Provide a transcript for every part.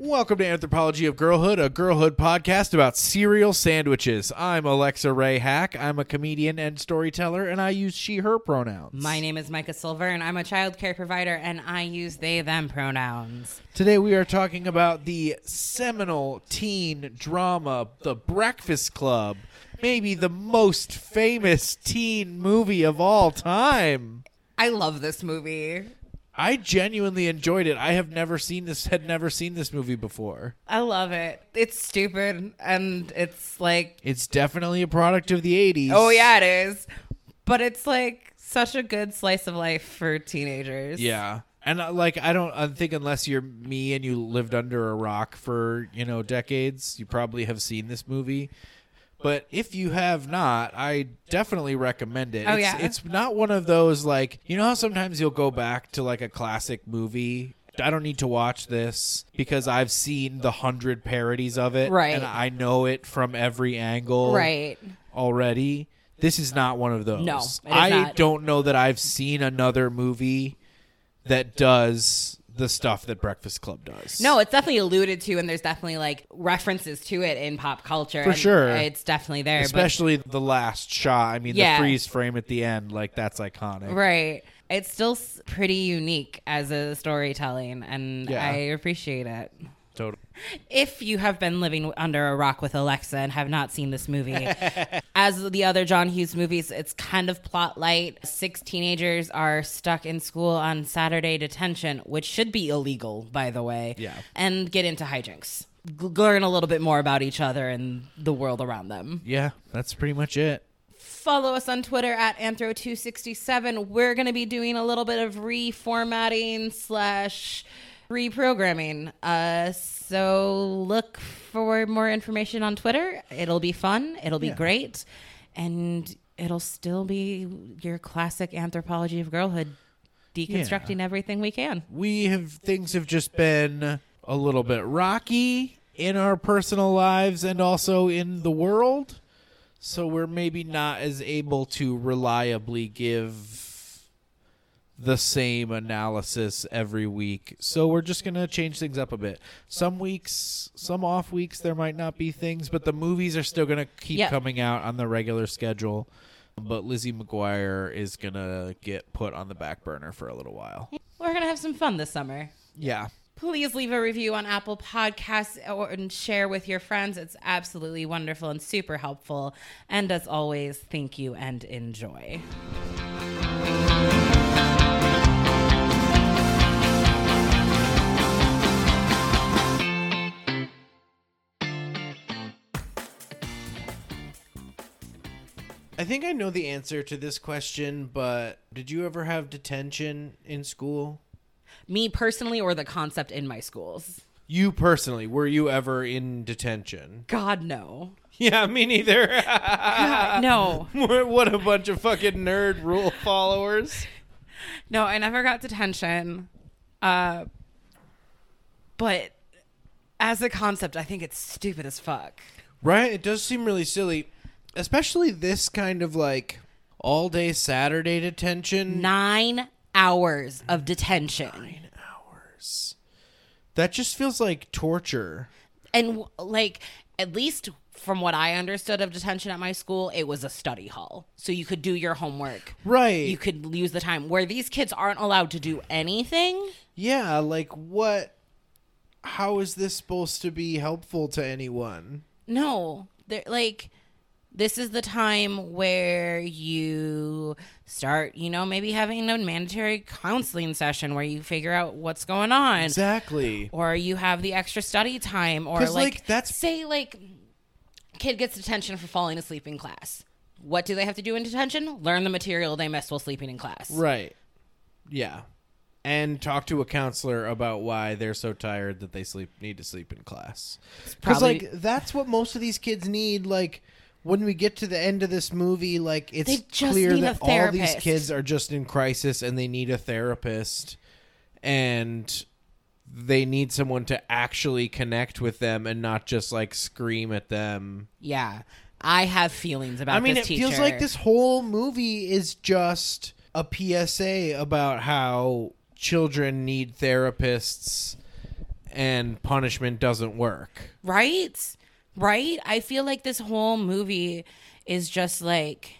Welcome to Anthropology of Girlhood, a girlhood podcast about cereal sandwiches. I'm Alexa Ray Hack. I'm a comedian and storyteller, and I use she, her pronouns. My name is Micah Silver, and I'm a child care provider, and I use they, them pronouns. Today we are talking about the seminal teen drama, The Breakfast Club, maybe the most famous teen movie of all time. I love this movie. I genuinely enjoyed it. I have never seen this, had never seen this movie before. I love it. It's stupid, and it's like, It's definitely a product of the 80s. oh, yeah, it is. But it's like such a good slice of life for teenagers. Yeah. And uh, like I don't I think unless you're me and you lived under a rock for, you know, decades, you probably have seen this movie. But if you have not, I definitely recommend it. Oh, it's, yeah? it's not one of those like you know how sometimes you'll go back to like a classic movie. I don't need to watch this because I've seen the hundred parodies of it, Right. And I know it from every angle, Right. already. This is not one of those. No, it is I not. don't know that I've seen another movie that does the stuff that Breakfast Club does. No, it's definitely alluded to, and there's definitely like references to it in pop culture. For and sure. It's definitely there. but especially the last shot. I mean, Yeah. the freeze frame at the end, like that's iconic. Right. It's still s- pretty unique as a storytelling, and Yeah. I appreciate it. Totally. If you have been living under a rock with Alexa and have not seen this movie, as the other John Hughes movies, it's kind of plot light. Six teenagers are stuck in school on Saturday detention, which should be illegal, by the way, Yeah. and get into hijinks. G- learn a little bit more about each other and the world around them Yeah, that's pretty much it. follow us on Twitter at Anthro267. We're going to be doing a little bit of reformatting slash reprogramming. Uh, so look for more information on Twitter. It'll be fun. It'll be great. And it'll still be your classic anthropology of girlhood, deconstructing everything we can. We have things have just been a little bit rocky in our personal lives and also in the world. So we're maybe not as able to reliably give the same analysis every week. So we're just going to change things up a bit. Some weeks, some off weeks, there might not be things, but the movies are still going to keep Yep. coming out on the regular schedule. But Lizzie McGuire is going to get put on the back burner for a little while. We're going to have some fun this summer. Yeah. please leave a review on Apple Podcasts or, and share with your friends. It's absolutely wonderful and super helpful. And as always, thank you and enjoy. I think I know the answer to this question, but did you ever have detention in school? Me personally, or the concept in my schools? You personally, were you ever in detention? God, no. Yeah, me neither. God, no. what a bunch of fucking nerd rule followers. No, I never got detention. Uh, but as a concept, I think it's stupid as fuck. Right? It does seem really silly, especially this kind of like all day Saturday detention. Nine hours of detention. hours. That just feels like torture. and like at least from what I understood of detention at my school, it was a study hall, so you could do your homework. Right. You could use the time where these kids aren't allowed to do anything. Yeah, like what? How is this supposed to be helpful to anyone? No, they're like this is the time where you start, you know, maybe having a mandatory counseling session where you figure out what's going on. Exactly. or you have the extra study time or 'Cause, like, like, that's- say like kid gets detention for falling asleep in class what do they have to do in detention learn the material they missed while sleeping in class Right. Yeah. And talk to a counselor about why they're so tired that they sleep need to sleep in class. Because probably- like that's what most of these kids need. Like when we get to the end of this movie, like it's They just clear need a that all these therapist. kids are just in crisis and they need a therapist, and they need someone to actually connect with them and not just like scream at them yeah i have feelings about I mean, it this teacher. feels like this whole movie is just a PSA about how children need therapists and punishment doesn't work. Right? Right? I feel like this whole movie is just like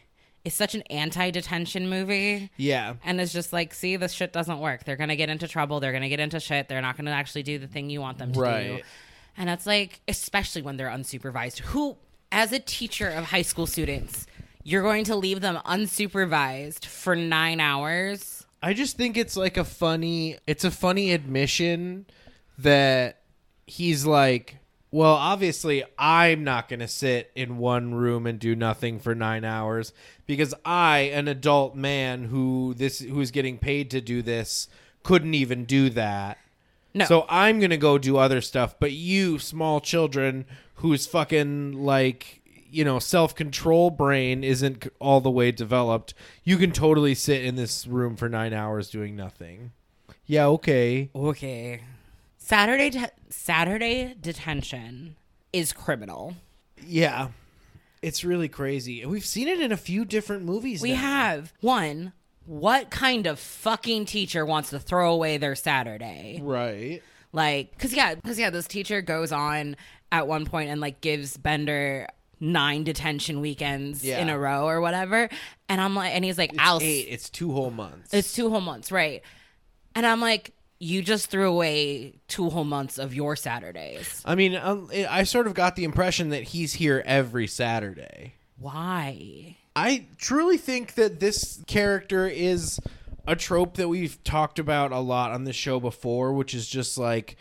it's such an anti-detention movie. Yeah. And it's just like, see, this shit doesn't work. They're gonna get into trouble. They're gonna get into shit. They're not gonna actually do the thing you want them to do. Right. And that's like, especially when they're unsupervised. Who, as a teacher of high school students, you're going to leave them unsupervised for nine hours? I just think it's like a funny it's a funny admission that he's like, well, obviously I'm not going to sit in one room and do nothing for 9 hours because I, an adult man who this who's getting paid to do this, couldn't even do that. No. So I'm going to go do other stuff, but you small children whose fucking like you know, self-control brain isn't c- all the way developed. You can totally sit in this room for 9 hours doing nothing. Yeah, okay. Okay. Saturday, de- Saturday detention is criminal. Yeah. It's really crazy. We've seen it in a few different movies. We now. have one. What kind of fucking teacher wants to throw away their Saturday? right. like because yeah because yeah this teacher goes on at one point and like gives bender nine detention weekends Yeah. in a row or whatever and i'm like and he's like i'll s- Eight, it's two whole months. it's two whole months right and i'm like you just threw away two whole months of your saturdays I mean, um, it, I sort of got the impression that he's here every Saturday. why I truly think that this character is a trope that we've talked about a lot on the show before, which is just like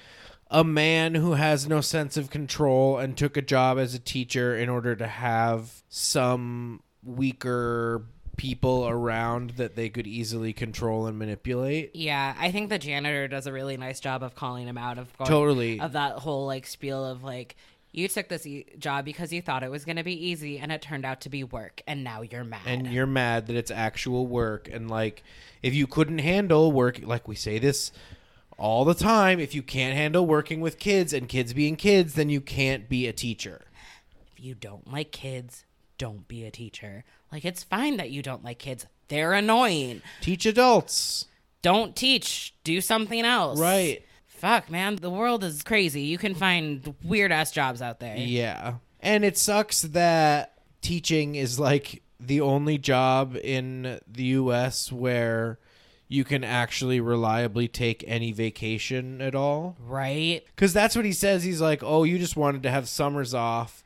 a man who has no sense of control and took a job as a teacher in order to have some weaker people around that they could easily control and manipulate. yeah i think the janitor does a really nice job of calling him out of going, Totally. of that whole like spiel of like you took this e- job because you thought it was going to be easy and it turned out to be work and now you're mad and you're mad that it's actual work and like if you couldn't handle work like we say this all the time if you can't handle working with kids and kids being kids then you can't be a teacher If you don't like kids, don't be a teacher. Like, it's fine that you don't like kids. They're annoying. teach adults Don't teach. Do something else. right Fuck, man. The world is crazy. You can find weird ass jobs out there. yeah and it sucks that teaching is like the only job in the US where you can actually reliably take any vacation at all Right? Because that's what he says. He's like, oh, you just wanted to have summers off.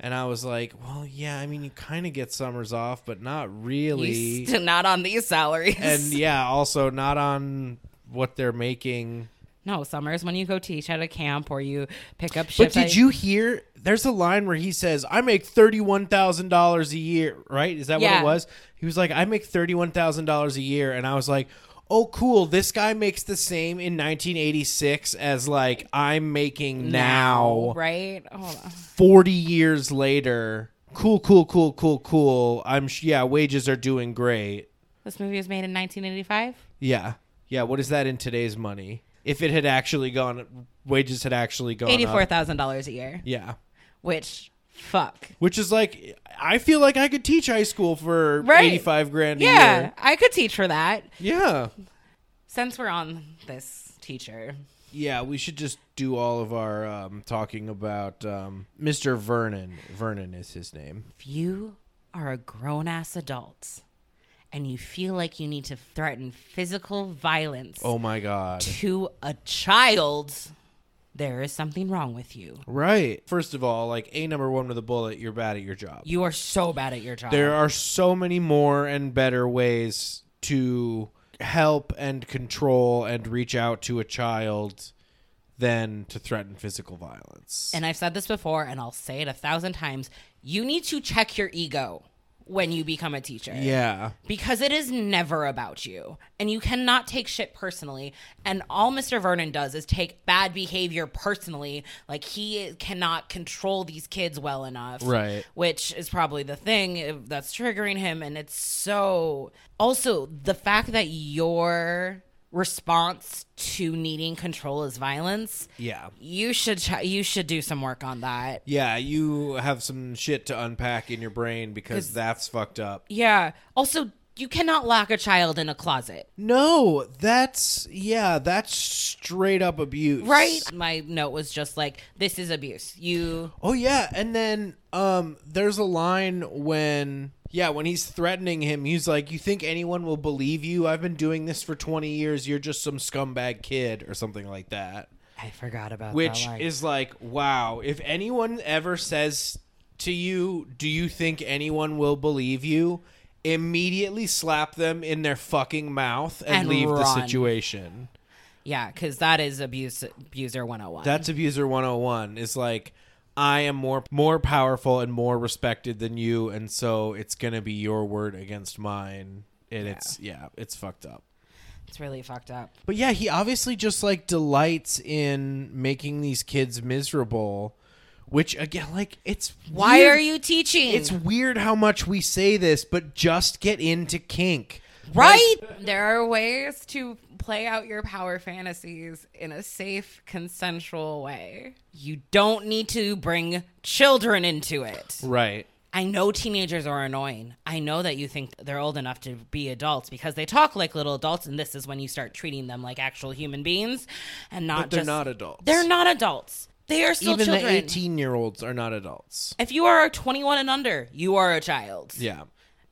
And I was like, well, yeah, I mean, you kind of get summers off, but not really. You st- not on these salaries. and yeah, also not on what they're making. no, summers when you go teach at a camp or you pick up But shit. did you hear? There's a line where he says, I make $31,000 a year, right? Is that what Yeah. it was? He was like, I make $31,000 a year. And I was like, oh, cool. This guy makes the same in 1986 as like I'm making now. Right? Hold on. 40 years later cool cool cool cool cool i'm sh- yeah wages are doing great This movie was made in 1985. yeah yeah what is that in today's money if it had actually gone wages had actually gone up. $84,000 a year. yeah Which, fuck. which is like i feel like i could teach high school for Right. 85 grand a Yeah, year I could teach for that. yeah Since we're on this teacher, yeah we should just do all of our um, talking about um, mr vernon vernon is his name If you are a grown ass adult and you feel like you need to threaten physical violence oh my god to a child, there is something wrong with you. right first of all like a number one with a bullet you're bad at your job You are so bad at your job. There are so many more and better ways to help and control and reach out to a child than to threaten physical violence. and I've said this before and I'll say it a thousand times. You need to check your ego when you become a teacher. yeah. because it is never about you and you cannot take shit personally and all mr vernon does is take bad behavior personally like he cannot control these kids well enough Right. which is probably the thing that's triggering him and it's so also the fact that your response to needing control is violence Yeah. you should ch- you should do some work on that Yeah, you have some shit to unpack in your brain because that's fucked up. Yeah. Also, you cannot lock a child in a closet, No, that's yeah, that's straight up abuse. right? My note was just like, this is abuse. You Oh yeah, and then um there's a line when yeah, when he's threatening him, he's like, "You think anyone will believe you? I've been doing this for 20 years. You're just some scumbag kid or something like that." I forgot about Which is like, "Wow, if anyone ever says to you, do you think anyone will believe you?" Immediately slap them in their fucking mouth and, And leave the run. situation. yeah, because that is abuse abuser one hundred and one. That's abuser 101 is like I am more more powerful and more respected than you and so it's going to be your word against mine and it's yeah, it's fucked up. It's really fucked up. But yeah, he obviously just like delights in making these kids miserable, which again like it's Why weird. are you teaching? It's weird how much we say this, but just get into kink. Right? There are ways to play out your power fantasies in a safe, consensual way. You don't need to bring children into it. Right. I know teenagers are annoying. I know that you think they're old enough to be adults because they talk like little adults, and this is when you start treating them like actual human beings and not But they're just- not adults. They're not adults. They are still Even children. the 18-year-olds are not adults. If you are 21 and under, you are a child. Yeah.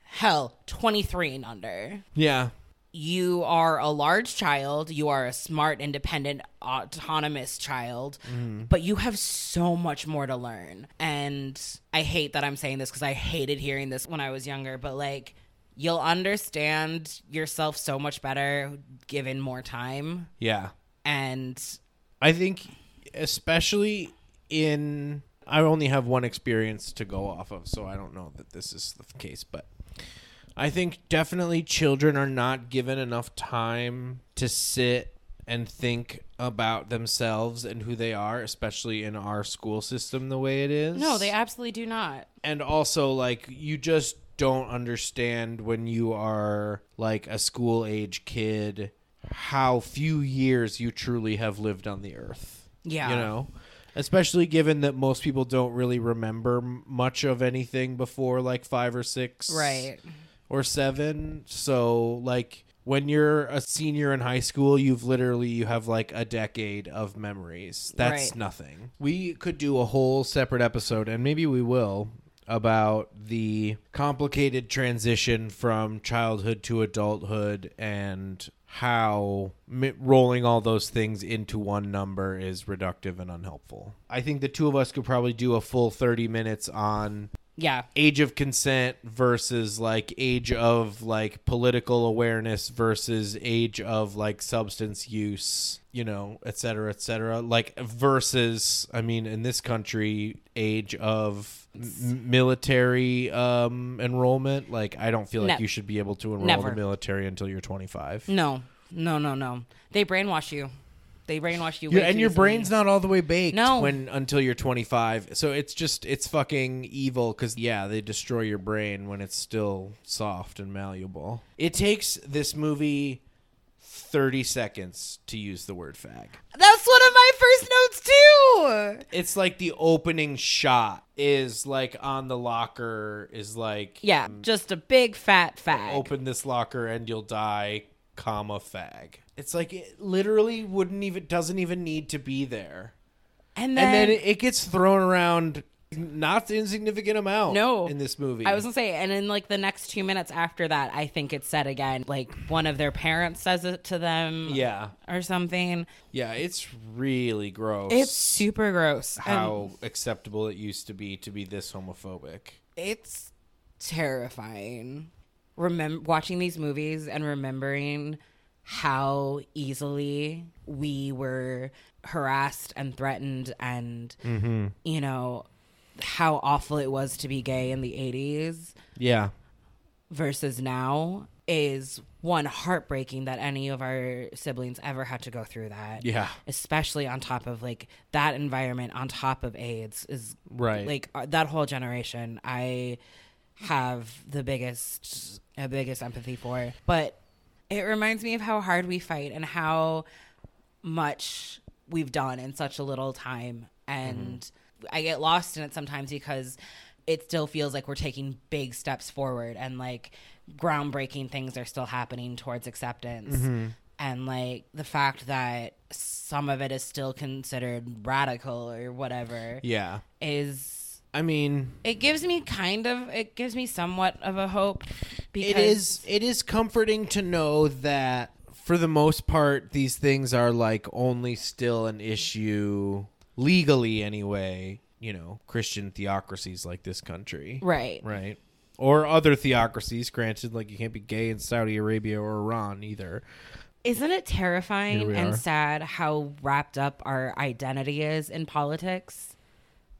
Hell, 23 and under. Yeah. you are a large child, you are a smart, independent, autonomous child, Mm-hmm. but you have so much more to learn. And I hate that I'm saying this because I hated hearing this when I was younger, but like, you'll understand yourself so much better given more time. Yeah. And I think, especially in, I only have one experience to go off of, so I don't know that this is the case, but I think definitely children are not given enough time to sit and think about themselves and who they are, especially in our school system the way it is. no, they absolutely do not. and also like you just don't understand when you are like a school age kid how few years you truly have lived on the earth. Yeah. You know, especially given that most people don't really remember m- much of anything before like 5 or 6 Right. or 7. So like when you're a senior in high school, you've literally you have like a decade of memories. That's Right. nothing. We could do a whole separate episode and maybe we will about the complicated transition from childhood to adulthood and how mi- rolling all those things into one number is reductive and unhelpful. I think the two of us could probably do a full 30 minutes on Yeah. age of consent versus like age of like political awareness versus age of like substance use you know et cetera et cetera like versus i mean in this country age of m- military um enrollment like i don't feel like Ne- you should be able to enroll Never. the military until you're 25 No, no, no, no. They brainwash you. They brainwash you. Yeah, way and too your easily. brain's not all the way baked No. when until you're 25. So it's just it's fucking evil cuz yeah, they destroy your brain when it's still soft and malleable. It takes this movie 30 seconds to use the word fag. That's one of my first notes, too. It's like the opening shot is like on the locker is like Yeah, just a big fat fag. open this locker and you'll die, comma fag. It's like it literally wouldn't even doesn't even need to be there. And and then, then it it gets thrown around not an insignificant amount No. in this movie I was gonna say, and in like the next two minutes after that, I think it's said again. Like one of their parents says it to them, yeah or something. yeah it's really gross It's um, super gross. and how acceptable it used to be to be this homophobic it's terrifying. Remember watching these movies and remembering how easily we were harassed and threatened, and Mm-hmm. you know how awful it was to be gay in the eighties. yeah versus now is one heartbreaking that any of our siblings ever had to go through that. yeah Especially on top of like that environment, on top of AIDS is Right. Like uh, that whole generation, I have the biggest, uh, biggest empathy for. But it reminds me of how hard we fight and how much we've done in such a little time and i get lost in it sometimes because it still feels like we're taking big steps forward and like groundbreaking things are still happening towards acceptance. Mm-hmm. And like the fact that some of it is still considered radical or whatever Yeah. is I mean, it gives me kind of it gives me somewhat of a hope because it is it is comforting to know that for the most part these things are like only still an issue legally anyway, you know, Christian theocracies like this country. right. Right. Or other theocracies, granted, like you can't be gay in Saudi Arabia or Iran either. Isn't it Here terrifying we and are. sad how wrapped up our identity is in politics?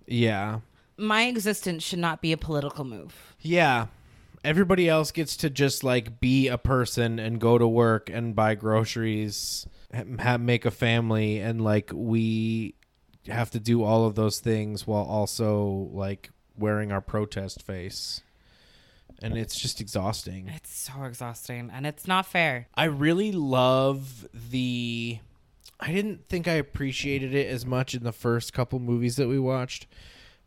Yeah. My existence should not be a political move. Yeah. Everybody else gets to just like be a person and go to work and buy groceries, ha- ha- make a family, and like we have to do all of those things while also like wearing our protest face. And it's just exhausting. It's so exhausting and it's not fair. I really love the. I didn't think I appreciated it as much in the first couple movies that we watched,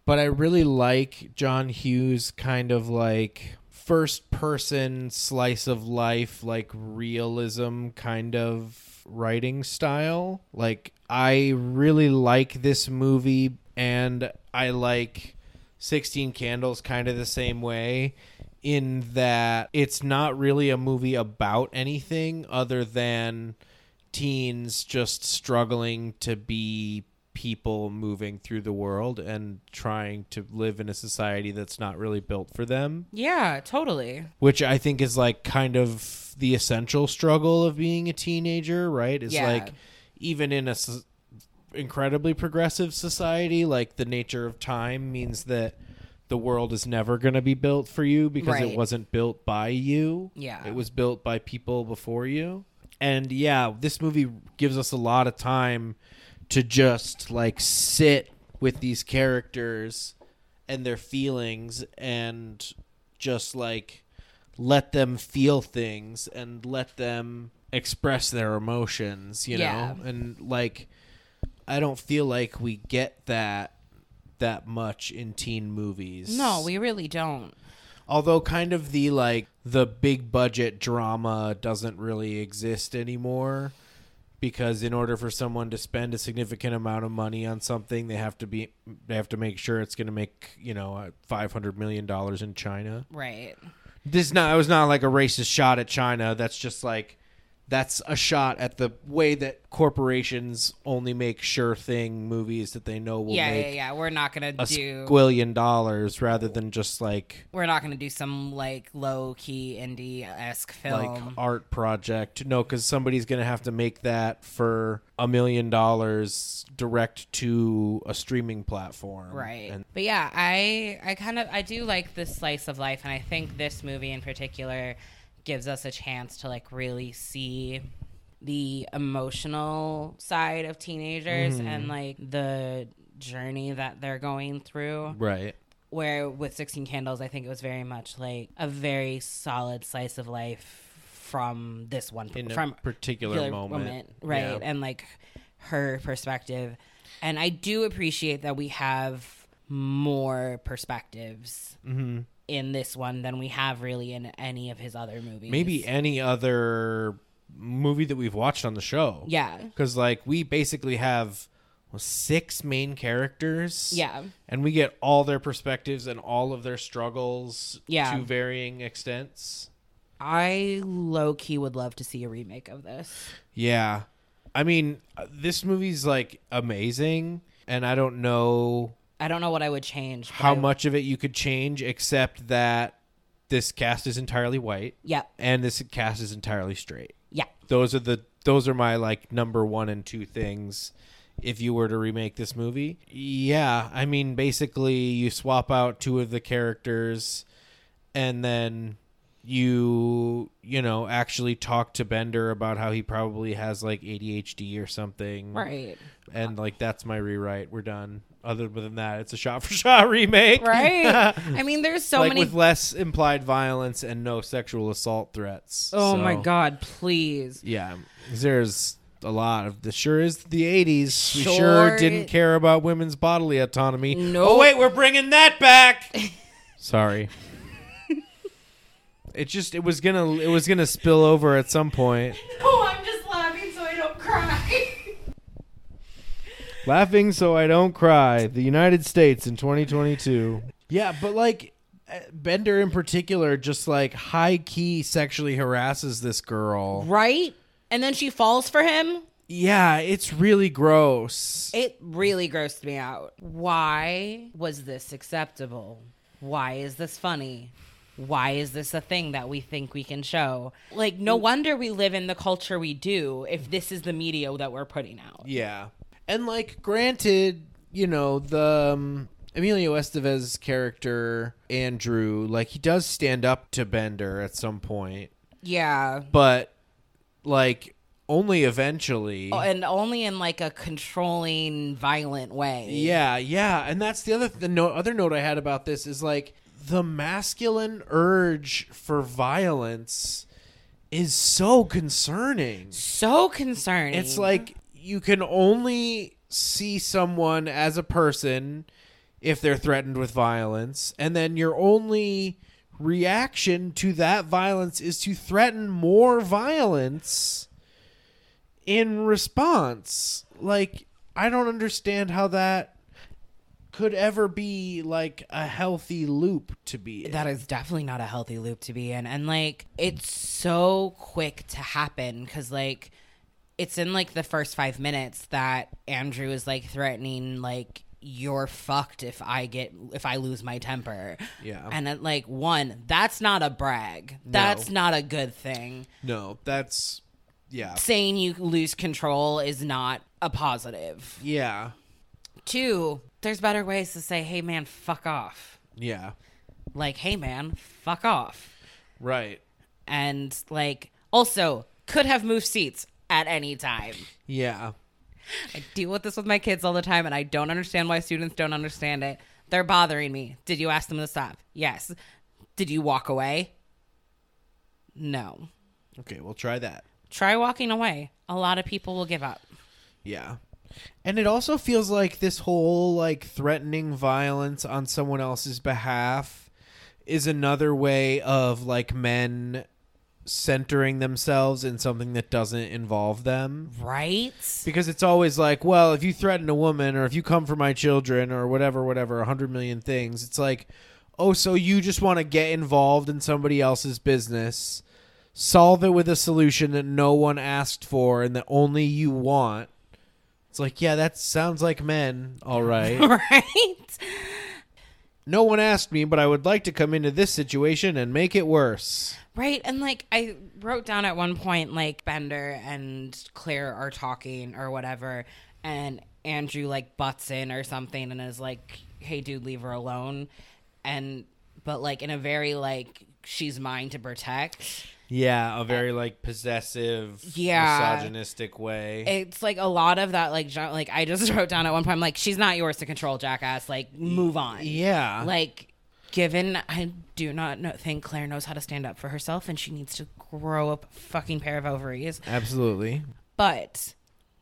but I really like John Hughes' kind of like first person slice of life, like realism kind of writing style. Like, I really like this movie, and I like 16 Candles kind of the same way in that it's not really a movie about anything other than teens just struggling to be people moving through the world and trying to live in a society that's not really built for them, Yeah, totally. which I think is like kind of the essential struggle of being a teenager, right? Is Yeah. like even in a s- incredibly progressive society, like the nature of time means that the world is never going to be built for you because Right. it wasn't built by you. Yeah. It was built by people before you. And yeah, this movie gives us a lot of time to just like sit with these characters and their feelings and just like let them feel things and let them express their emotions, you Yeah. know? And like I don't feel like we get that that much in teen movies. No, we really don't. although kind of the like the big budget drama doesn't really exist anymore because in order for someone to spend a significant amount of money on something they have to be they have to make sure it's going to make, you know, uh, 500 million dollars in China. Right. This is not it was not like a racist shot at China, that's just like that's a shot at the way that corporations only make sure thing movies that they know will yeah, make yeah, yeah. We're not gonna a do squillion dollars rather than just like we're not gonna do some like low key indie esque like film. art project. No, because somebody's gonna have to make that for a million dollars direct to a streaming platform. right Um, And but yeah i i kind of i do like this slice of life and i think this movie in particular gives us a chance to like really see the emotional side of teenagers Mm-hmm. and like the journey that they're going through right. where with 16 candles i think it was very much like a very solid slice of life from this one In from a particular, moment. right? Yeah. And like her perspective, and I do appreciate that we have more perspectives Mm-hmm. in this one than we have really in any of his other movies. Maybe any other movie that we've watched on the show. yeah, Because like we basically have well, six main characters. yeah, And we get all their perspectives and all of their struggles Yeah. to varying extents. I low key would love to see a remake of this. Yeah. I mean, uh, this movie's like amazing, and I don't know I don't know what I would change. but how I- much of it you could change except that this cast is entirely white Yeah, and this cast is entirely straight. yeah, Those are the those are my like number 1 and 2 things if you were to remake this movie. Yeah, I mean basically you swap out two of the characters and then you you know actually talk to Bender about how he probably has like ADHD or something. right, And like that's my rewrite. We're done. Other than that, it's a shot for shot remake. right. I mean, there's so like many. with less implied violence and no sexual assault threats. oh So, my god, please. Yeah. 'cause There's a lot of the sure is the 80s. We sure, Sure didn't it- care about women's bodily autonomy. Nope. Oh wait, we're bringing that back. Sorry. It just it was gonna it was gonna spill over at some point. Oh, I'm just laughing so I don't cry. Laughing so I don't cry. The United States in 2022. Yeah, but like uh, Bender in particular, just like high key sexually harasses this girl. right? And then she falls for him. Yeah, it's really gross. It really grossed me out. Why was this acceptable? Why is this funny? Why is this a thing that we think we can show? Like, no wonder we live in the culture we do if this is the media that we're putting out. Yeah. And like granted, you know, the um, Emilio Estevez character Andrew, like he does stand up to Bender at some point, Yeah. but like only eventually. Oh, And only in like a controlling, violent way. yeah, yeah. And that's the other the no- other note I had about this is like the masculine urge for violence is so concerning. So concerning. It's like you can only see someone as a person if they're threatened with violence, and then your only reaction to that violence is to threaten more violence in response. Like, I don't understand how that could ever be like a healthy loop to be in. That is definitely not a healthy loop to be in. And like, it's so quick to happen because, like, it's in like the first five minutes that Andrew is like threatening, like, you're fucked if I get, if I lose my temper. Yeah. And it, like, one, that's not a brag. That's not a good thing. no, that's yeah. Saying you lose control is not a positive. Yeah. Two, there's better ways to say, hey, man, fuck off. Yeah. Like, hey, man, fuck off. Right. and like also could have moved seats at any time. Yeah. I deal with this with my kids all the time, and I don't understand why students don't understand it. They're bothering me. Did you ask them to stop? Yes. Did you walk away? No. Okay, we'll try that. Try walking away. A lot of people will give up. Yeah. And it also feels like this whole like threatening violence on someone else's behalf is another way of like men centering themselves in something that doesn't involve them Right? because it's always like, well, if you threaten a woman or if you come for my children or whatever, whatever, a hundred million things, it's like, oh, so you just want to get involved in somebody else's business, solve it with a solution that no one asked for and that only you want. It's like, yeah, that sounds like men, all right. Right? no one asked me, but I would like to come into this situation and make it worse. Right. And like I wrote down at one point, like Bender and Claire are talking or whatever, and Andrew like butts in or something and is like, hey, dude, leave her alone. And, but like in a very like, she's mine to protect. Yeah, a very like possessive, Yeah. misogynistic way. It's like a lot of that, like, gen- like I just wrote down at one point, I'm like, she's not yours to control, jackass. Like, move on. yeah. Like, given I do not know, think Claire knows how to stand up for herself and she needs to grow up a fucking pair of ovaries. Absolutely. but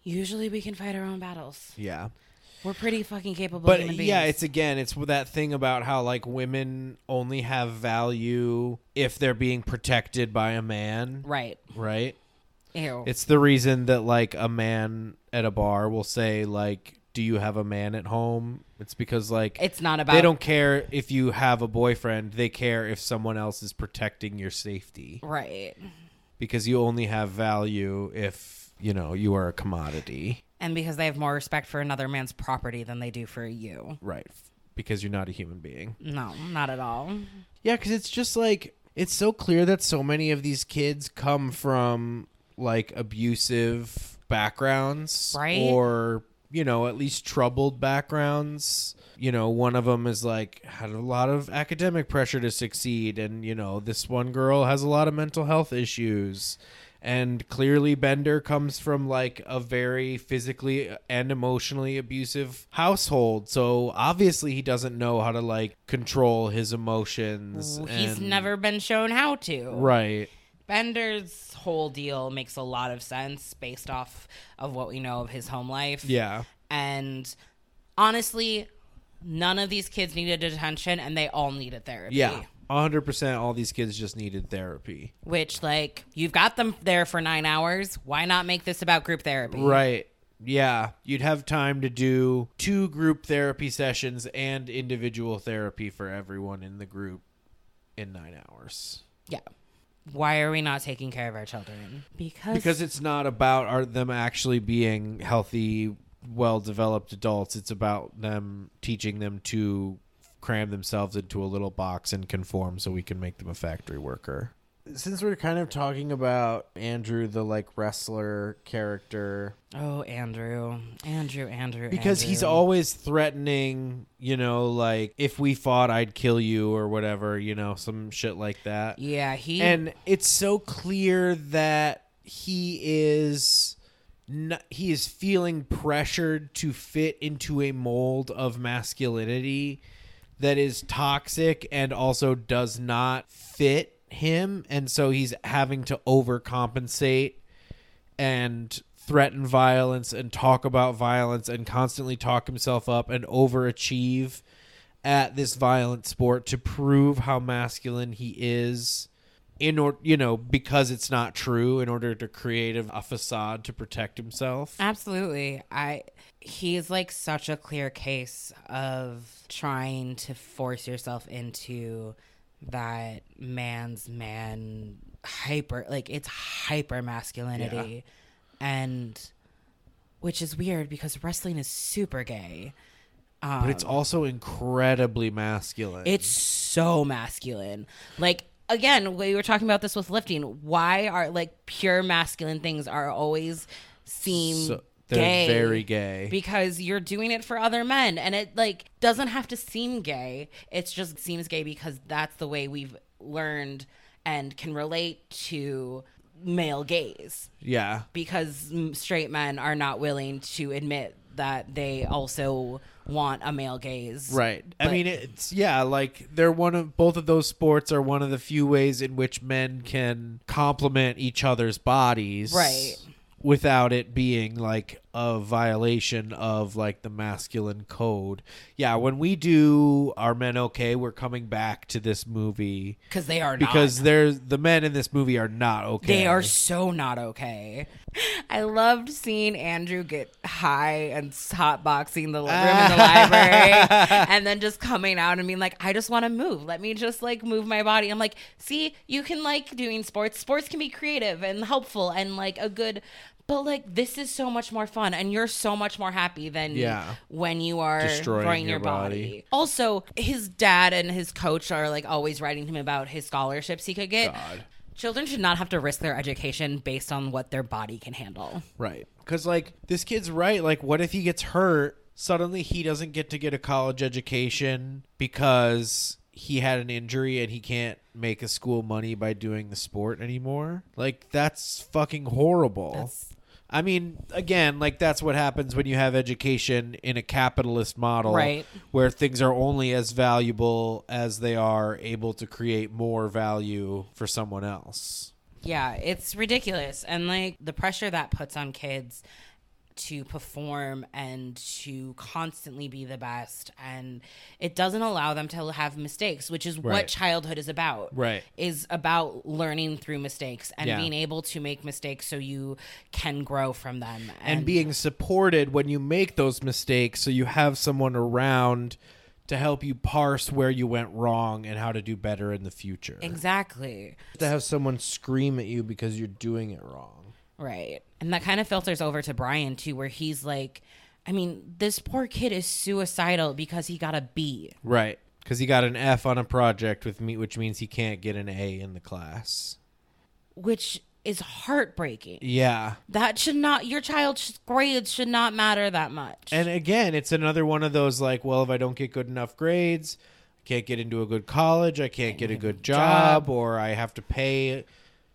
usually we can fight our own battles. Yeah. We're pretty fucking capable but human beings. yeah it's again it's that thing about how like women only have value if they're being protected by a man right. right Ew. it's the reason that like a man at a bar will say like do you have a man at home it's because like it's not about they don't care if you have a boyfriend they care if someone else is protecting your safety right. because you only have value if you know you are a commodity And because they have more respect for another man's property than they do for you. right because you're not a human being No, not at all. Yeah, because it's just like it's so clear that so many of these kids come from like abusive backgrounds, Right. Or you know, at least troubled backgrounds. You know, one of them is like had a lot of academic pressure to succeed, and you know, this one girl has a lot of mental health issues. And clearly, Bender comes from like a very physically and emotionally abusive household. So obviously, he doesn't know how to like control his emotions. He's and- never been shown how to. right. Bender's whole deal makes a lot of sense based off of what we know of his home life. Yeah. And honestly, none of these kids needed detention and they all needed therapy. Yeah. 100% all these kids just needed therapy. Which, like, you've got them there for nine hours. Why not make this about group therapy? Right. Yeah. You'd have time to do two group therapy sessions and individual therapy for everyone in the group in nine hours. Yeah. Why are we not taking care of our children? Because, Because it's not about are them actually being healthy, well developed adults. It's about them teaching them to cram themselves into a little box and conform so we can make them a factory worker. Since we're kind of talking about Andrew, the like wrestler character, oh, Andrew, Andrew, Andrew, because he's Andrew. always threatening you know like if we fought i'd kill you or whatever you know some shit like that yeah, he and it's so clear that he is n he is feeling pressured to fit into a mold of masculinity that is toxic and also does not fit him and so he's having to overcompensate and threaten violence and talk about violence and constantly talk himself up and overachieve at this violent sport to prove how masculine he is in or you know because it's not true in order to create a, a facade to protect himself Ah. Absolutely. I he's like such a clear case of trying to force yourself into that man's man hyper like it's hyper masculinity and which is weird because wrestling is super gay. Um, but it's also incredibly masculine it's so masculine. Like again, we were talking about this with lifting. Why are like pure masculine things are always seem So- they're gay very gay because you're doing it for other men and it like doesn't have to seem gay it's just seems gay because that's the way we've learned and can relate to male gaze yeah because mm, straight men are not willing to admit that they also want a male gaze Right. I But- mean, it's yeah, like they're one of both of those sports are one of the few ways in which men can complement each other's bodies, Right. Without it being like a violation of like the masculine code. Yeah, when we do Are Men Okay, we're coming back to this movie because they are because not there's the men in this movie are not okay. they are so not okay. I loved seeing Andrew get high and hotboxing the li- room in the library and then just coming out and being like, I just want to move. Let me just like move my body. I'm like, see, you can like doing sports. Sports can be creative and helpful and like a good, but like this is so much more fun and you're so much more happy than Yeah. when you are Destroying destroying your your body. body. Also, his dad and his coach are like always writing him about his scholarships he could get. God. Children should not have to risk their education based on what their body can handle. Right. Because, like, this kid's right. Like, what if he gets hurt? Suddenly he doesn't get to get a college education because he had an injury and he can't make a school money by doing the sport anymore. Like, that's fucking horrible. That's- I mean, again, like, that's what happens when you have education in a capitalist model Right. where things are only as valuable as they are able to create more value for someone else. Yeah, it's ridiculous. And like the pressure that puts on kids to perform and to constantly be the best and it doesn't allow them to have mistakes, which is Right. what childhood is about. Right. Is about learning through mistakes and Yeah. being able to make mistakes so you can grow from them and being supported when you make those mistakes so you have someone around to help you parse where you went wrong and how to do better in the future. Exactly. To have someone scream at you because you're doing it wrong. Right. And that kind of filters over to Brian too, where he's like, I mean, this poor kid is suicidal because he got a B. Right. Cuz he got an F on a project with me which means he can't get an A in the class. which is heartbreaking. Yeah. That should not, your child's grades should not matter that much. And again, it's another one of those like, well, if I don't get good enough grades, I can't get into a good college, I can't get a good job, or I have to pay,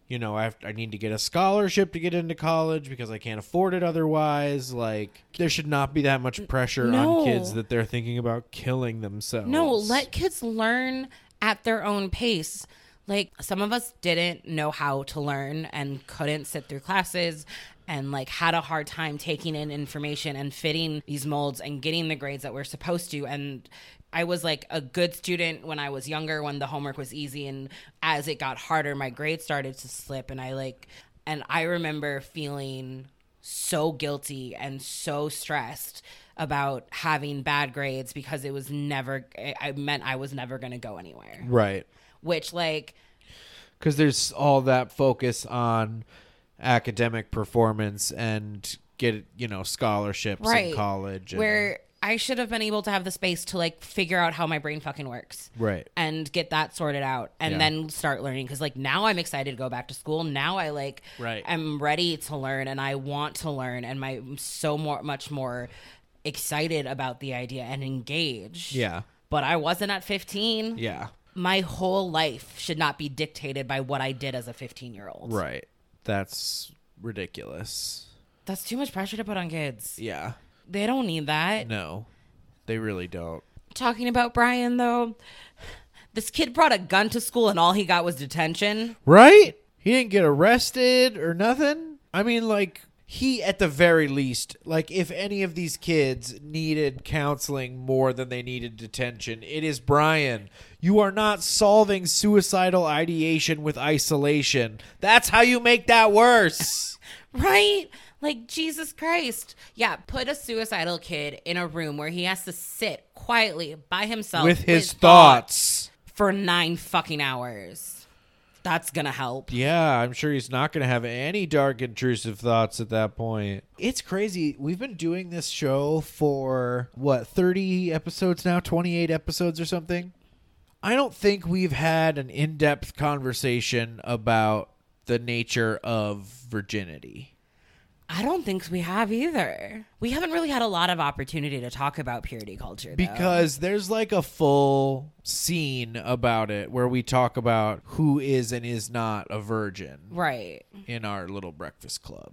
you know, I, have, I need to get a scholarship to get into college because I can't afford it otherwise. Like, there should not be that much pressure on no. kids that they're thinking about killing themselves. no, let kids learn at their own pace. Like some of us didn't know how to learn and couldn't sit through classes and like had a hard time taking in information and fitting these molds and getting the grades that we're supposed to and I was like a good student when I was younger when the homework was easy and as it got harder my grades started to slip and I like and I remember feeling so guilty and so stressed about having bad grades because it was never it I meant I was never going to go anywhere Right. which like Because there's all that focus on academic performance and get you know scholarships in Right. college. and- where I should have been able to have the space to like figure out how my brain fucking works. Right. And get that sorted out and Yeah. then start learning. Cause like now I'm excited to go back to school. Now I like, Right. I'm ready to learn and I want to learn and my, I'm so more, much more excited about the idea and engaged. Yeah. But I wasn't at 15. Yeah. My whole life should not be dictated by what I did as a 15 year old. Right. That's ridiculous. That's too much pressure to put on kids. Yeah. They don't need that. No. They really don't. talking about Brian though. This kid brought a gun to school and all he got was detention. Right? He didn't get arrested or nothing. I mean, like, he, at the very least, like, if any of these kids needed counseling more than they needed detention, it is Brian. You are not solving suicidal ideation with isolation. That's how you make that worse. Right? Like Jesus Christ. Yeah, put a suicidal kid in a room where he has to sit quietly by himself with his thoughts. for 9 fucking hours. That's going to help. Yeah, I'm sure he's not going to have any dark, intrusive thoughts at that point. It's crazy. We've been doing this show for, what, 30 episodes now? 28 episodes or something? I don't think we've had an in depth conversation about the nature of virginity. I don't think we have either. We haven't really had a lot of opportunity to talk about purity culture though. because there's like a full scene about it where we talk about who is and is not a virgin Right. in our little breakfast club.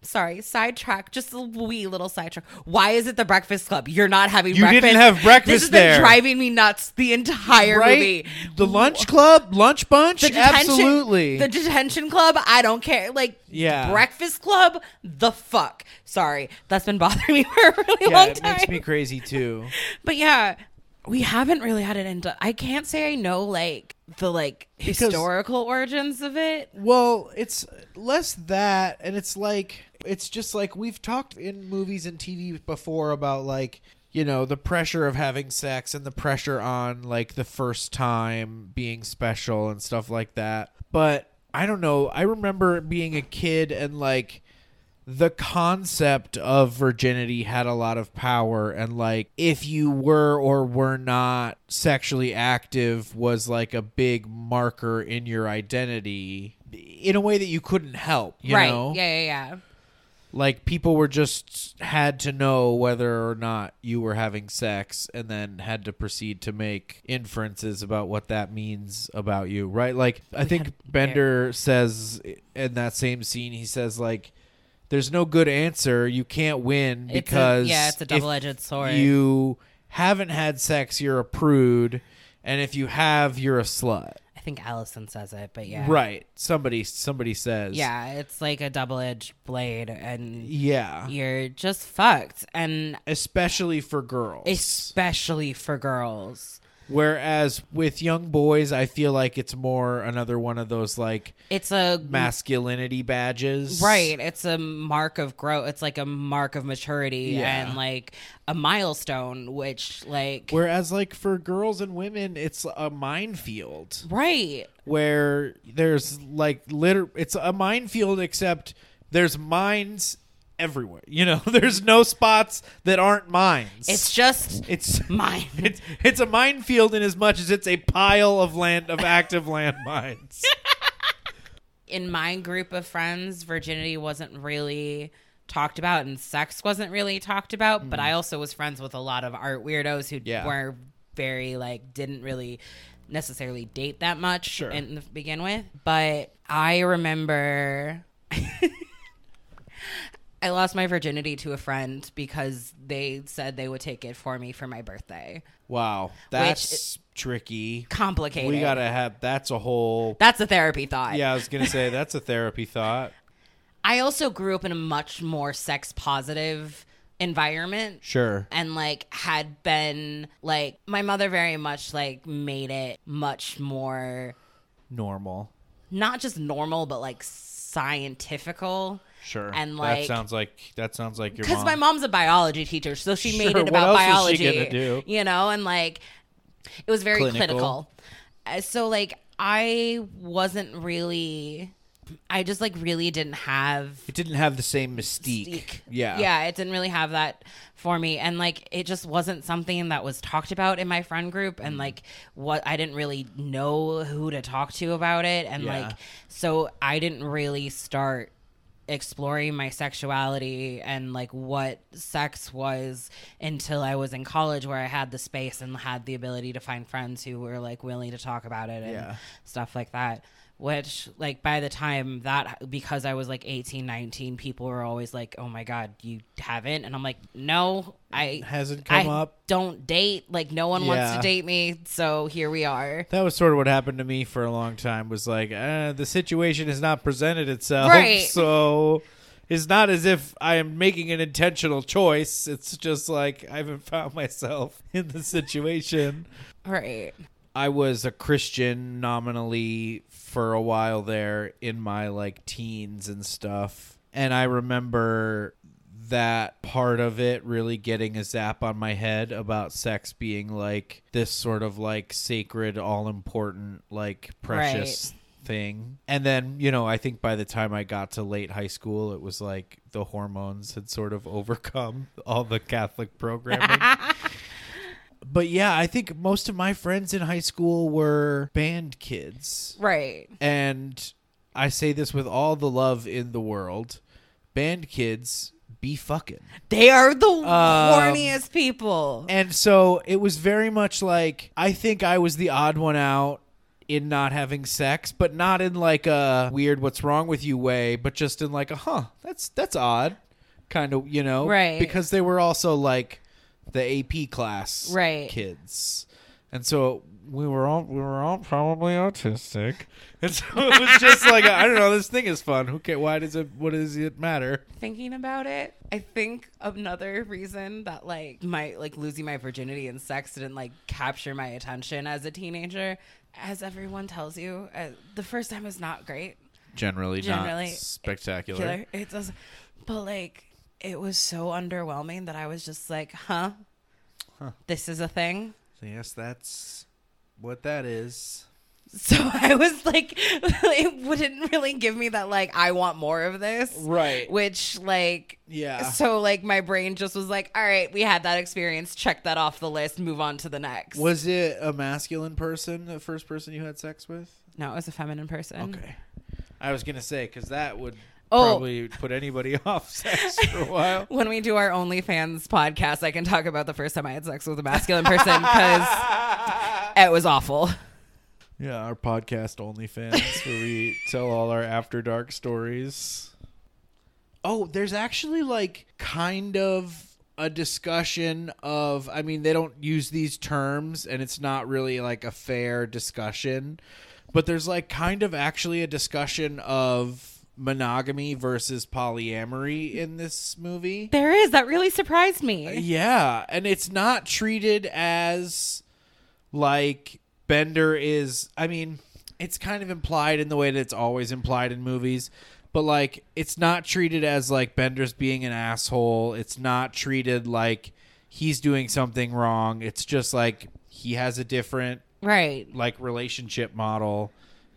Sorry, sidetrack. Just a wee little sidetrack. Why is it the Breakfast Club? You're not having You didn't breakfast. have This breakfast has there. been driving me nuts the entire right? movie. The lunch club, lunch bunch, The detention, absolutely. The detention club. I don't care. Like, Yeah. Breakfast Club. The fuck. Sorry, that's been bothering me for a really yeah, long it time. makes me crazy too. but yeah, we haven't really had an end. I can't say I know like the like historical origins of it. well, it's less that, and it's like it's just like we've talked in movies and TV before about like you know the pressure of having sex and the pressure on like the first time being special and stuff like that. But I don't know. I remember being a kid and like the concept of virginity had a lot of power and like if you were or were not sexually active was like a big marker in your identity in a way that you couldn't help you right. know Yeah. Yeah. Yeah. like people were just had to know whether or not you were having sex and then had to proceed to make inferences about what that means about you right like i think bender says in that same scene he says like there's no good answer you can't win because it's a, yeah, it's a if double-edged sword. you haven't had sex you're a prude and if you have you're a slut I think Allison says it, but yeah. right somebody somebody says Yeah, it's like a double edged blade, and yeah you're just fucked. And especially for girls especially for girls, Whereas with young boys, I feel like it's more another one of those like it's a masculinity badges. Mm. right. It's a mark of growth. It's like a mark of maturity Yeah. and like a milestone, which like Whereas like for girls and women, it's a minefield right, where there's like liter it's a minefield except there's mines everywhere. You know, there's no spots that aren't mines. it's just it's mine. it's it's a minefield in as much as it's a pile of land of active landmines. in my group of friends, virginity wasn't really talked about and sex wasn't really talked about, but I also was friends with a lot of art weirdos who Mm. Yeah. were very like didn't really necessarily date that much Sure. in the begin with. But I remember I lost my virginity to a friend because they said they would take it for me for my birthday. Wow, that's tricky. Complicated. We gotta have that's a whole. That's a therapy thought. Yeah, I was gonna say that's a therapy thought. I also grew up in a much more sex positive environment Sure. and like had been like my mother very much like made it much more Normal. not just normal but like scientifical Sure. And, that like- sounds like that sounds like your because mom. my mom's a biology teacher so she made Sure, it what about else was biology she gonna do? you know and like it was very Clinical. clinical, Uh, so like i wasn't really i just like really didn't have it didn't have the same mystique. mystique. Yeah. Yeah, it didn't really have that for me. And like it just wasn't something that was talked about in my friend group Mm. and like what I didn't really know who to talk to about it and Yeah. like so I didn't really start exploring my sexuality and like what sex was until I was in college where I had the space and had the ability to find friends who were like willing to talk about it and Yeah. stuff like that which like by the time that because i was like 18 19 people were always like oh my god you haven't and i'm like no i Hasn't come I up. don't date like no one wants Yeah. to date me so here we are That was sort of what happened to me for a long time. Was like uh, the situation has not presented itself, Right. so it's not as if I am making an intentional choice. It's just like I haven't found myself in the situation. right I was a Christian nominally for a while there in my like teens and stuff. And I remember that part of it really getting a zap on my head about sex being like this sort of like sacred, all important, like precious thing. And then, you know, I think by the time I got to late high school, it was like the hormones had sort of overcome all the Catholic programming. But yeah, I think most of my friends in high school were band kids. right And I say this with all the love in the world band kids be fucking. they are the Um, horniest people And so it was very much like I think I was the odd one out in not having sex, but not in like a weird what's wrong with you way, but just in like a huh, that's that's odd kind of, you know. Right. Because they were also like the AP class Right. kids. And so we were all we were all probably autistic. And so it was just like I don't know, this thing is fun. Okay, why does it what does it matter? thinking about it i think another reason that like my like losing my virginity and sex didn't like capture my attention as a teenager as everyone tells you uh, the first time is not great Generally, Generally, not spectacular. killer. It does, but like it was so underwhelming that I was just like, huh, this is a thing. Yes, that's what that is. So I was like, it wouldn't really give me that like I want more of this, Right. Which like. Yeah. So like my brain just was like, all right, we had that experience, check that off the list, move on to the next. Was it a masculine person, the first person you had sex with? no, it was a feminine person. Okay. I was going to say, because that would Oh. probably put anybody off sex for a while. When we do our OnlyFans podcast, I can talk about the first time I had sex with a masculine person because it was awful. Yeah, our podcast OnlyFans, where we tell all our after dark stories. Oh, there's actually like kind of a discussion of, I mean, they don't use these terms and it's not really like a fair discussion, but there's like kind of actually a discussion of monogamy versus polyamory in this movie. There is that really surprised me. Uh, Yeah, and it's not treated as like Bender is. I mean, it's kind of implied in the way that it's always implied in movies, but like it's not treated as like Bender's being an asshole. It's not treated like he's doing something wrong. It's just like he has a different Right. like relationship model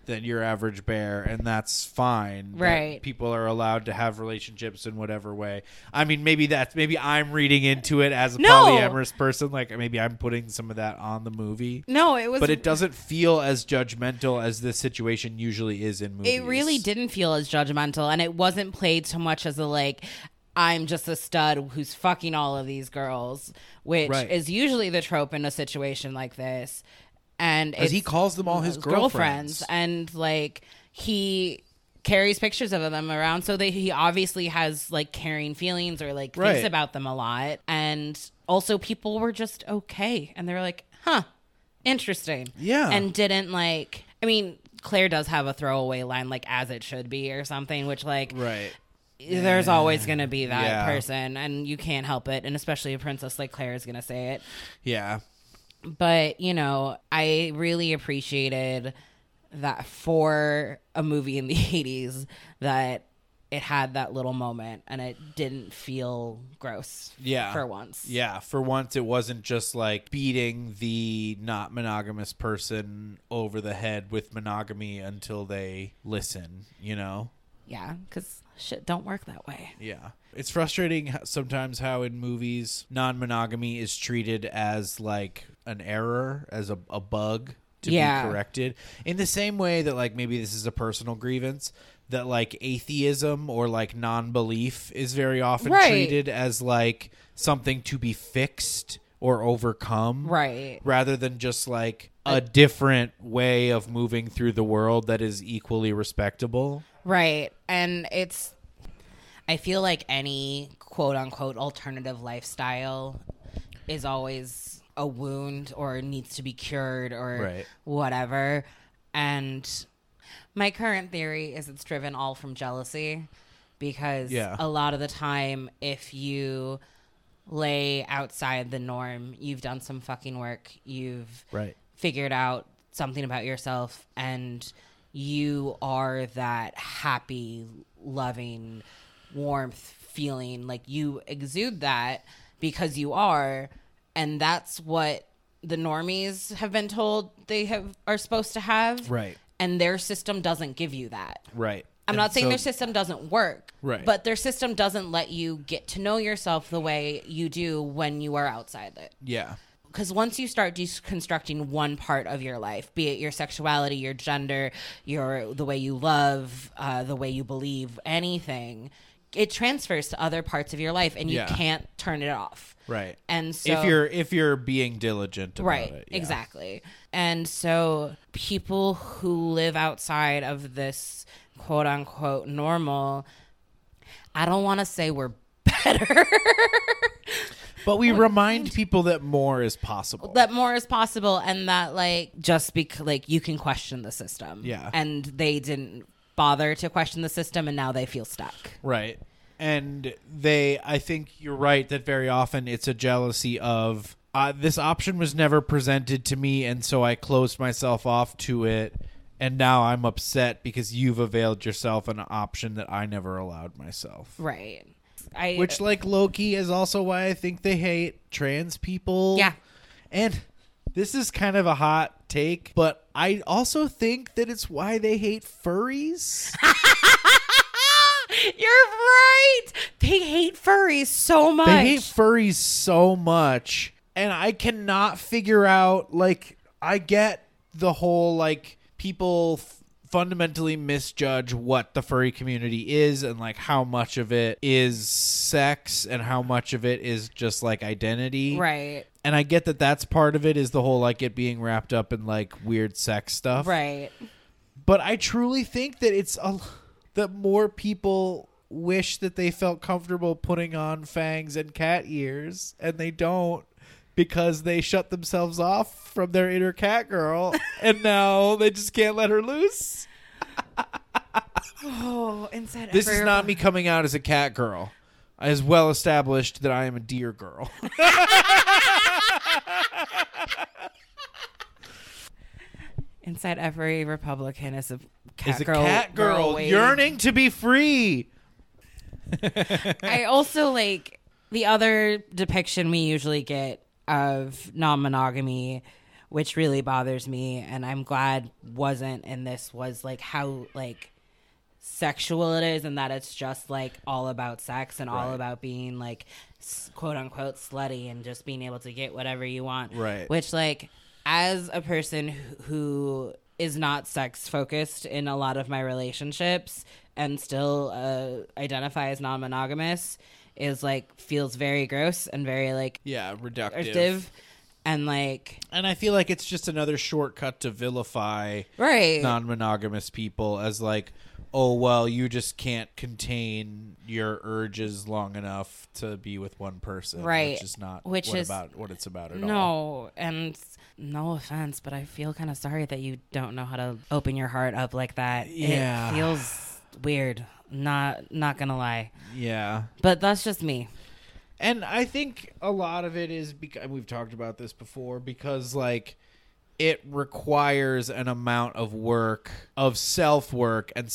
than your average bear and that's fine that Right. people are allowed to have relationships in whatever way i mean maybe that's maybe i'm reading into it as a No. polyamorous person like maybe i'm putting some of that on the movie No, it was. but it doesn't feel as judgmental as this situation usually is in movies It really didn't feel as judgmental, and it wasn't played so much as a like. I'm just a stud who's fucking all of these girls, which Right. is usually the trope in a situation like this. And because it's, he calls them all Mm, his girlfriends, and like he carries pictures of them around so that he obviously has like caring feelings or like Right. thinks about them a lot and also people were just okay and they were like huh interesting Yeah. and didn't like i mean claire does have a throwaway line like as it should be or something which like right there's always going to be that Yeah. person, and you can't help it. And especially a princess like Claire is going to say it. Yeah. But, you know, I really appreciated that for a movie in the 80s that it had that little moment and it didn't feel gross Yeah. for once. Yeah, for once it wasn't just like beating the not monogamous person over the head with monogamy until they listen, you know? Yeah, because shit don't work that way. Yeah. It's frustrating h- sometimes how in movies non monogamy is treated as like an error, as a, a bug to Yeah. be corrected. In the same way that, like, maybe this is a personal grievance, that like atheism or like non belief is very often Right. treated as like something to be fixed or overcome Right. rather than just like a different way of moving through the world that is equally respectable. Right. And it's, I feel like any quote unquote alternative lifestyle is always a wound or needs to be cured or Right. whatever. And my current theory is it's driven all from jealousy because Yeah. a lot of the time, if you lay outside the norm, you've done some fucking work, you've Right. figured out something about yourself and you are that happy, loving, warmth feeling. Like you exude that because you are. And that's what the normies have been told they have are supposed to have. Right. And their system doesn't give you that. Right. I'm And not saying so- their system doesn't work, Right. but their system doesn't let you get to know yourself the way you do when you are outside it Yeah. because once you start deconstructing one part of your life, be it your sexuality, your gender, your the way you love, uh, the way you believe, anything, it transfers to other parts of your life, and you Yeah. can't turn it off. Right. And so, if you're if you're being diligent about right, it. yeah. exactly, and so people who live outside of this quote unquote normal, I don't want to say we're better. But we remind people that more is possible. that more is possible and that like just because like you can question the system Yeah. and they didn't bother to question the system and now they feel stuck right. And they I think you're right that very often it's a jealousy of uh, this option was never presented to me and so I closed myself off to it and now I'm upset because you've availed yourself an option that I never allowed myself. right i Which like Loki is also why I think they hate trans people. Yeah. And this is kind of a hot take, but I also think that it's why they hate furries. you're right they hate furries so much they hate furries so much, and I cannot figure out like I get the whole like people f- fundamentally misjudge what the furry community is and like how much of it is sex and how much of it is just like identity. right and I get that that's part of it is the whole like it being wrapped up in like weird sex stuff. right But I truly think that it's a that more people wish that they felt comfortable putting on fangs and cat ears and they don't because they shut themselves off from their inner cat girl and now they just can't let her loose. oh instead This is not me coming out as a cat girl. It is well established that I am a deer girl. inside every republican is a cat Is a girl cat girl waiting. yearning to be free. I also like the other depiction we usually get of non monogamy, which really bothers me, and I'm glad wasn't in this was like how like sexual it is and that it's just like all about sex and all Right. about being like s- quote unquote slutty and just being able to get whatever you want Right. which like as a person wh- who is not sex focused in a lot of my relationships and still uh, identify as non-monogamous is like feels very gross and very like Yeah, reductive. restrictive and like And I feel like it's just another shortcut to vilify right non monogamous people as like, oh, well, you just can't contain your urges long enough to be with one person. Right. Which is not Which what is- about what it's about at all. no and no offense but i feel kind of sorry that you don't know how to open your heart up like that Yeah. it feels weird Not not gonna lie, Yeah. but that's just me. And I think a lot of it is because we've talked about this before because like it requires an amount of work of self-work and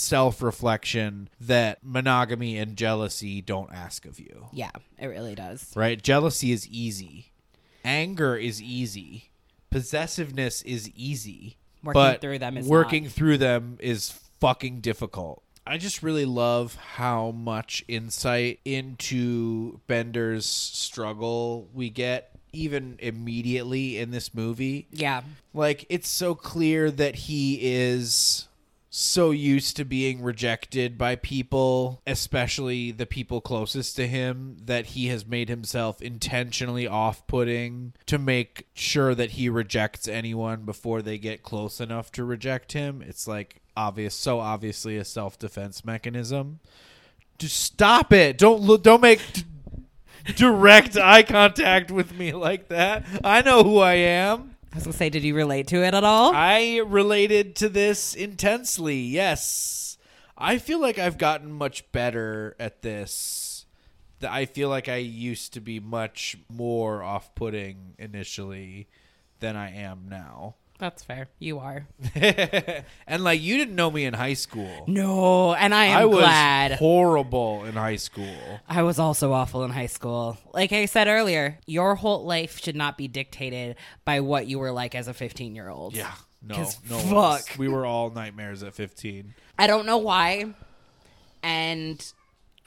self-reflection that monogamy and jealousy don't ask of you. Yeah, it really does. Right? Jealousy is easy. Anger is easy. Possessiveness is easy. Working but through them is working not. through them is fucking difficult. I just really love how much insight into Bender's struggle we get even immediately in this movie Yeah, like it's so clear that he is so used to being rejected by people, especially the people closest to him, that he has made himself intentionally off putting to make sure that he rejects anyone before they get close enough to reject him. It's like obvious, so obviously a self defense mechanism. Just stop it. Don't look, don't make d- direct eye contact with me like that. I know who I am. I was gonna say, did you relate to it at all? I related to this intensely. Yes. I feel like I've gotten much better at this. Th- I feel like I used to be much more off putting initially than I am now. that's fair. You are and like you didn't know me in high school. no, and I am I was glad. horrible in high school. I was also awful in high school. Like I said earlier, your whole life should not be dictated by what you were like as a 15 year old. Yeah. No, 'Cause no. one's- fuck. We were all nightmares at 15. I don't know why. And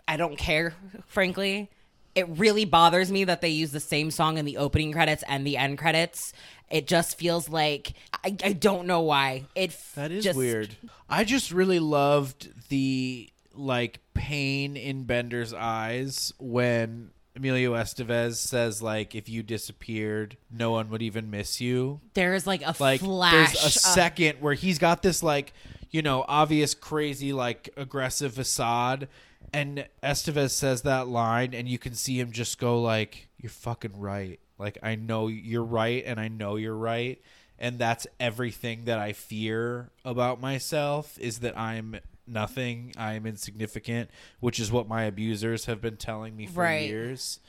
I don't care, frankly. It really bothers me that they use the same song in the opening credits and the end credits. It just feels like I, I don't know why. It f- That is just- weird. I just really loved the like pain in Bender's eyes when Emilio Estevez says like if you disappeared, no one would even miss you. There is like a Like flash. there's a of- second where he's got this like, you know, obvious crazy like aggressive facade and Estevez says that line and you can see him just go like you're fucking right. Like I know you're right and I know you're right and that's everything that I fear about myself is that I'm nothing, I am insignificant, which is what my abusers have been telling me for Right. years.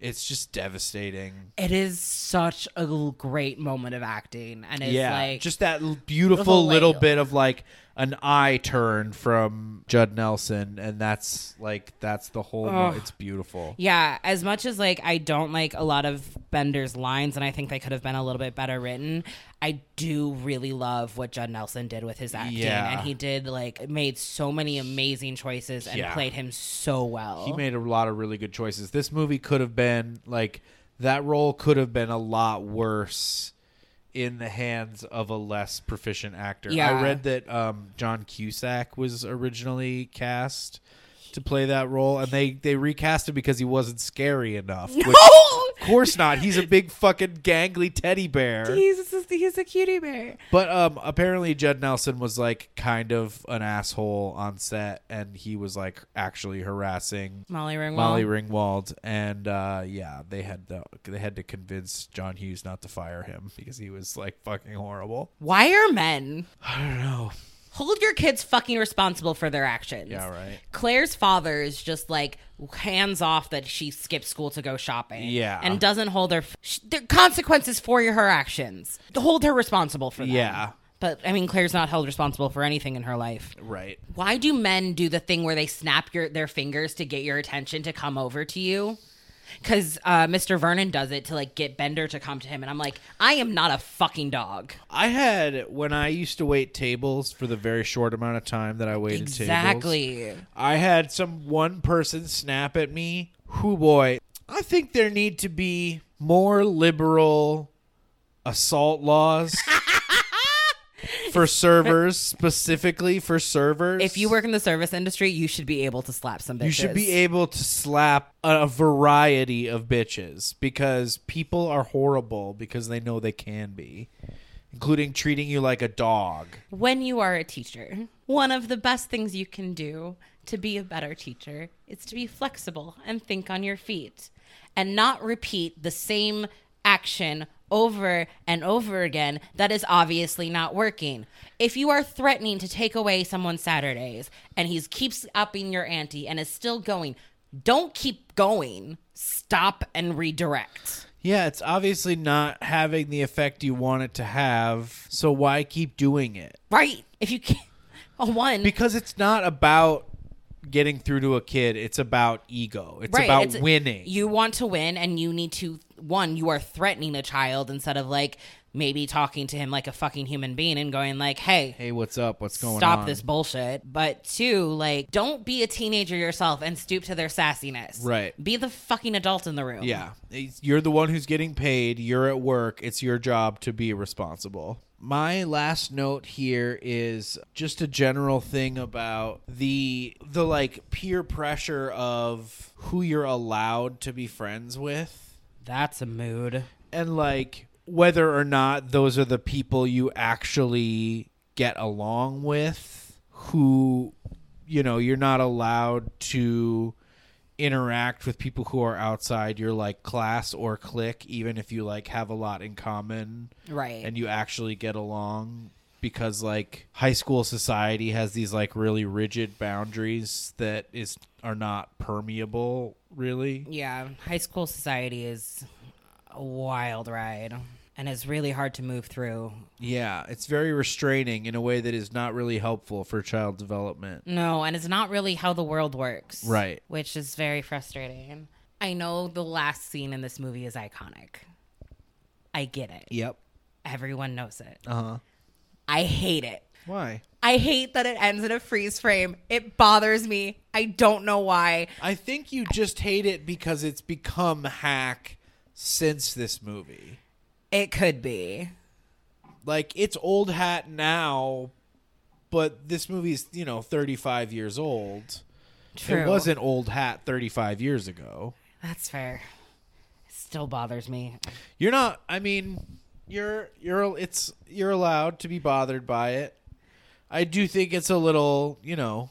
It's just devastating. it is such a l- great moment of acting, and it's yeah, like just that l- Little, beautiful like- little bit of like an eye turn from Judd Nelson, and that's like that's the whole. mo- it's beautiful. Yeah, as much as like I don't like a lot of Bender's lines and I think they could have been a little bit better written, I do really love what Judd Nelson did with his acting Yeah. and he did like made so many amazing choices and Yeah. played him so well. He made a lot of really good choices. This movie could have been like that role could have been a lot worse in the hands of a less proficient actor. Yeah. I read that um, John Cusack was originally cast to play that role, and they they recast him because he wasn't scary enough. No! Oh, Of course not. He's a big fucking gangly teddy bear. He's a, he's a cutie bear. But um, apparently Judd Nelson was like kind of an asshole on set, and he was like actually harassing Molly Ringwald. Molly Ringwald, and uh, yeah, they had the, they had to convince John Hughes not to fire him because he was like fucking horrible. Why are men? I don't know. Hold your kids fucking responsible for their actions. Yeah, right. Claire's father is just like hands off that she skipped school to go shopping. Yeah. And doesn't hold her, sh- there are consequences for her actions. Hold her responsible for them. Yeah. But I mean, Claire's not held responsible for anything in her life. Right. Why do men do the thing where they snap your their fingers to get your attention to come over to you? Because uh, Mr. Vernon does it to like get Bender to come to him, and I'm like, I am not a fucking dog. I had when I used to wait tables for the very short amount of time that I waited tables. Exactly. I had some one person snap at me. Who boy, I think there need to be more liberal assault laws for servers, specifically for servers. If you work in the service industry, you should be able to slap some bitches. you should be able to slap a variety of bitches because people are horrible because they know they can be, including treating you like a dog. when you are a teacher, one of the best things you can do to be a better teacher is to be flexible and think on your feet and not repeat the same action over and over again that is obviously not working. If you are threatening to take away someone's Saturdays and he keeps upping your ante and is still going, don't keep going. Stop and redirect. Yeah, it's obviously not having the effect you want it to have. So why keep doing it? Right. If you can't, oh, one. Because it's not about getting through to a kid, it's about ego. It's Right, about it's- winning. You want to win, and you need to. One, you are threatening a child instead of like maybe talking to him like a fucking human being and going like, "Hey, hey, what's up? What's going stop on? this bullshit." But two, like, don't be a teenager yourself and stoop to their sassiness. Right. Be the fucking adult in the room. Yeah. It's- You're the one who's getting paid. You're at work. It's your job to be responsible. My last note here is just a general thing about the the like peer pressure of who you're allowed to be friends with That's a mood. and like whether or not those are the people you actually get along with who you know you're not allowed to interact with people who are outside your like class or clique even if you like have a lot in common Right. and you actually get along because like high school society has these like really rigid boundaries that is are not permeable really yeah. High school society is a wild ride, and it's really hard to move through. Yeah, it's very restraining in a way that is not really helpful for child development. No, and it's not really how the world works. Right. Which is very frustrating. I know the last scene in this movie is iconic. I get it. Yep. Everyone knows it. Uh huh. I hate it. Why? I hate that it ends in a freeze frame. It bothers me. I don't know why. I think you just hate it because it's become hack since this movie. It could be. Like it's old hat now, but this movie's you know thirty five years old. True. It wasn't old hat thirty five years ago. That's fair. It still bothers me. You're not. I mean, you're you're it's you're allowed to be bothered by it. I do think it's a little, you know,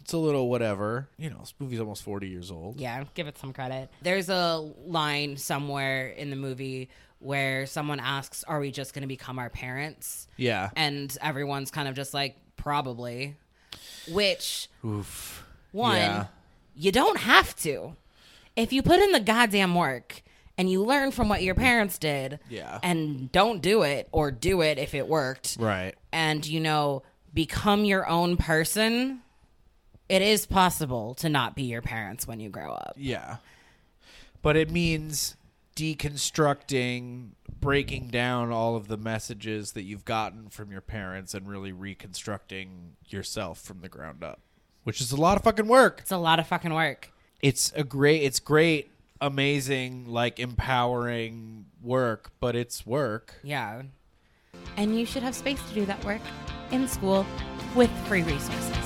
it's a little whatever. You know, this movie's almost forty years old. Yeah, give it some credit. There's a line somewhere in the movie where someone asks, Are we just going to become our parents? Yeah. and everyone's kind of just like probably which Oof. one Yeah. you don't have to if you put in the goddamn work and you learn from what your parents did Yeah. and don't do it or do it if it worked Right. and you know become your own person it is possible to not be your parents when you grow up Yeah. But it means deconstructing, breaking down all of the messages that you've gotten from your parents and really reconstructing yourself from the ground up, which is a lot of fucking work. it's a lot of fucking work it's a great it's great amazing like empowering work but it's work yeah and you should have space to do that work in school with free resources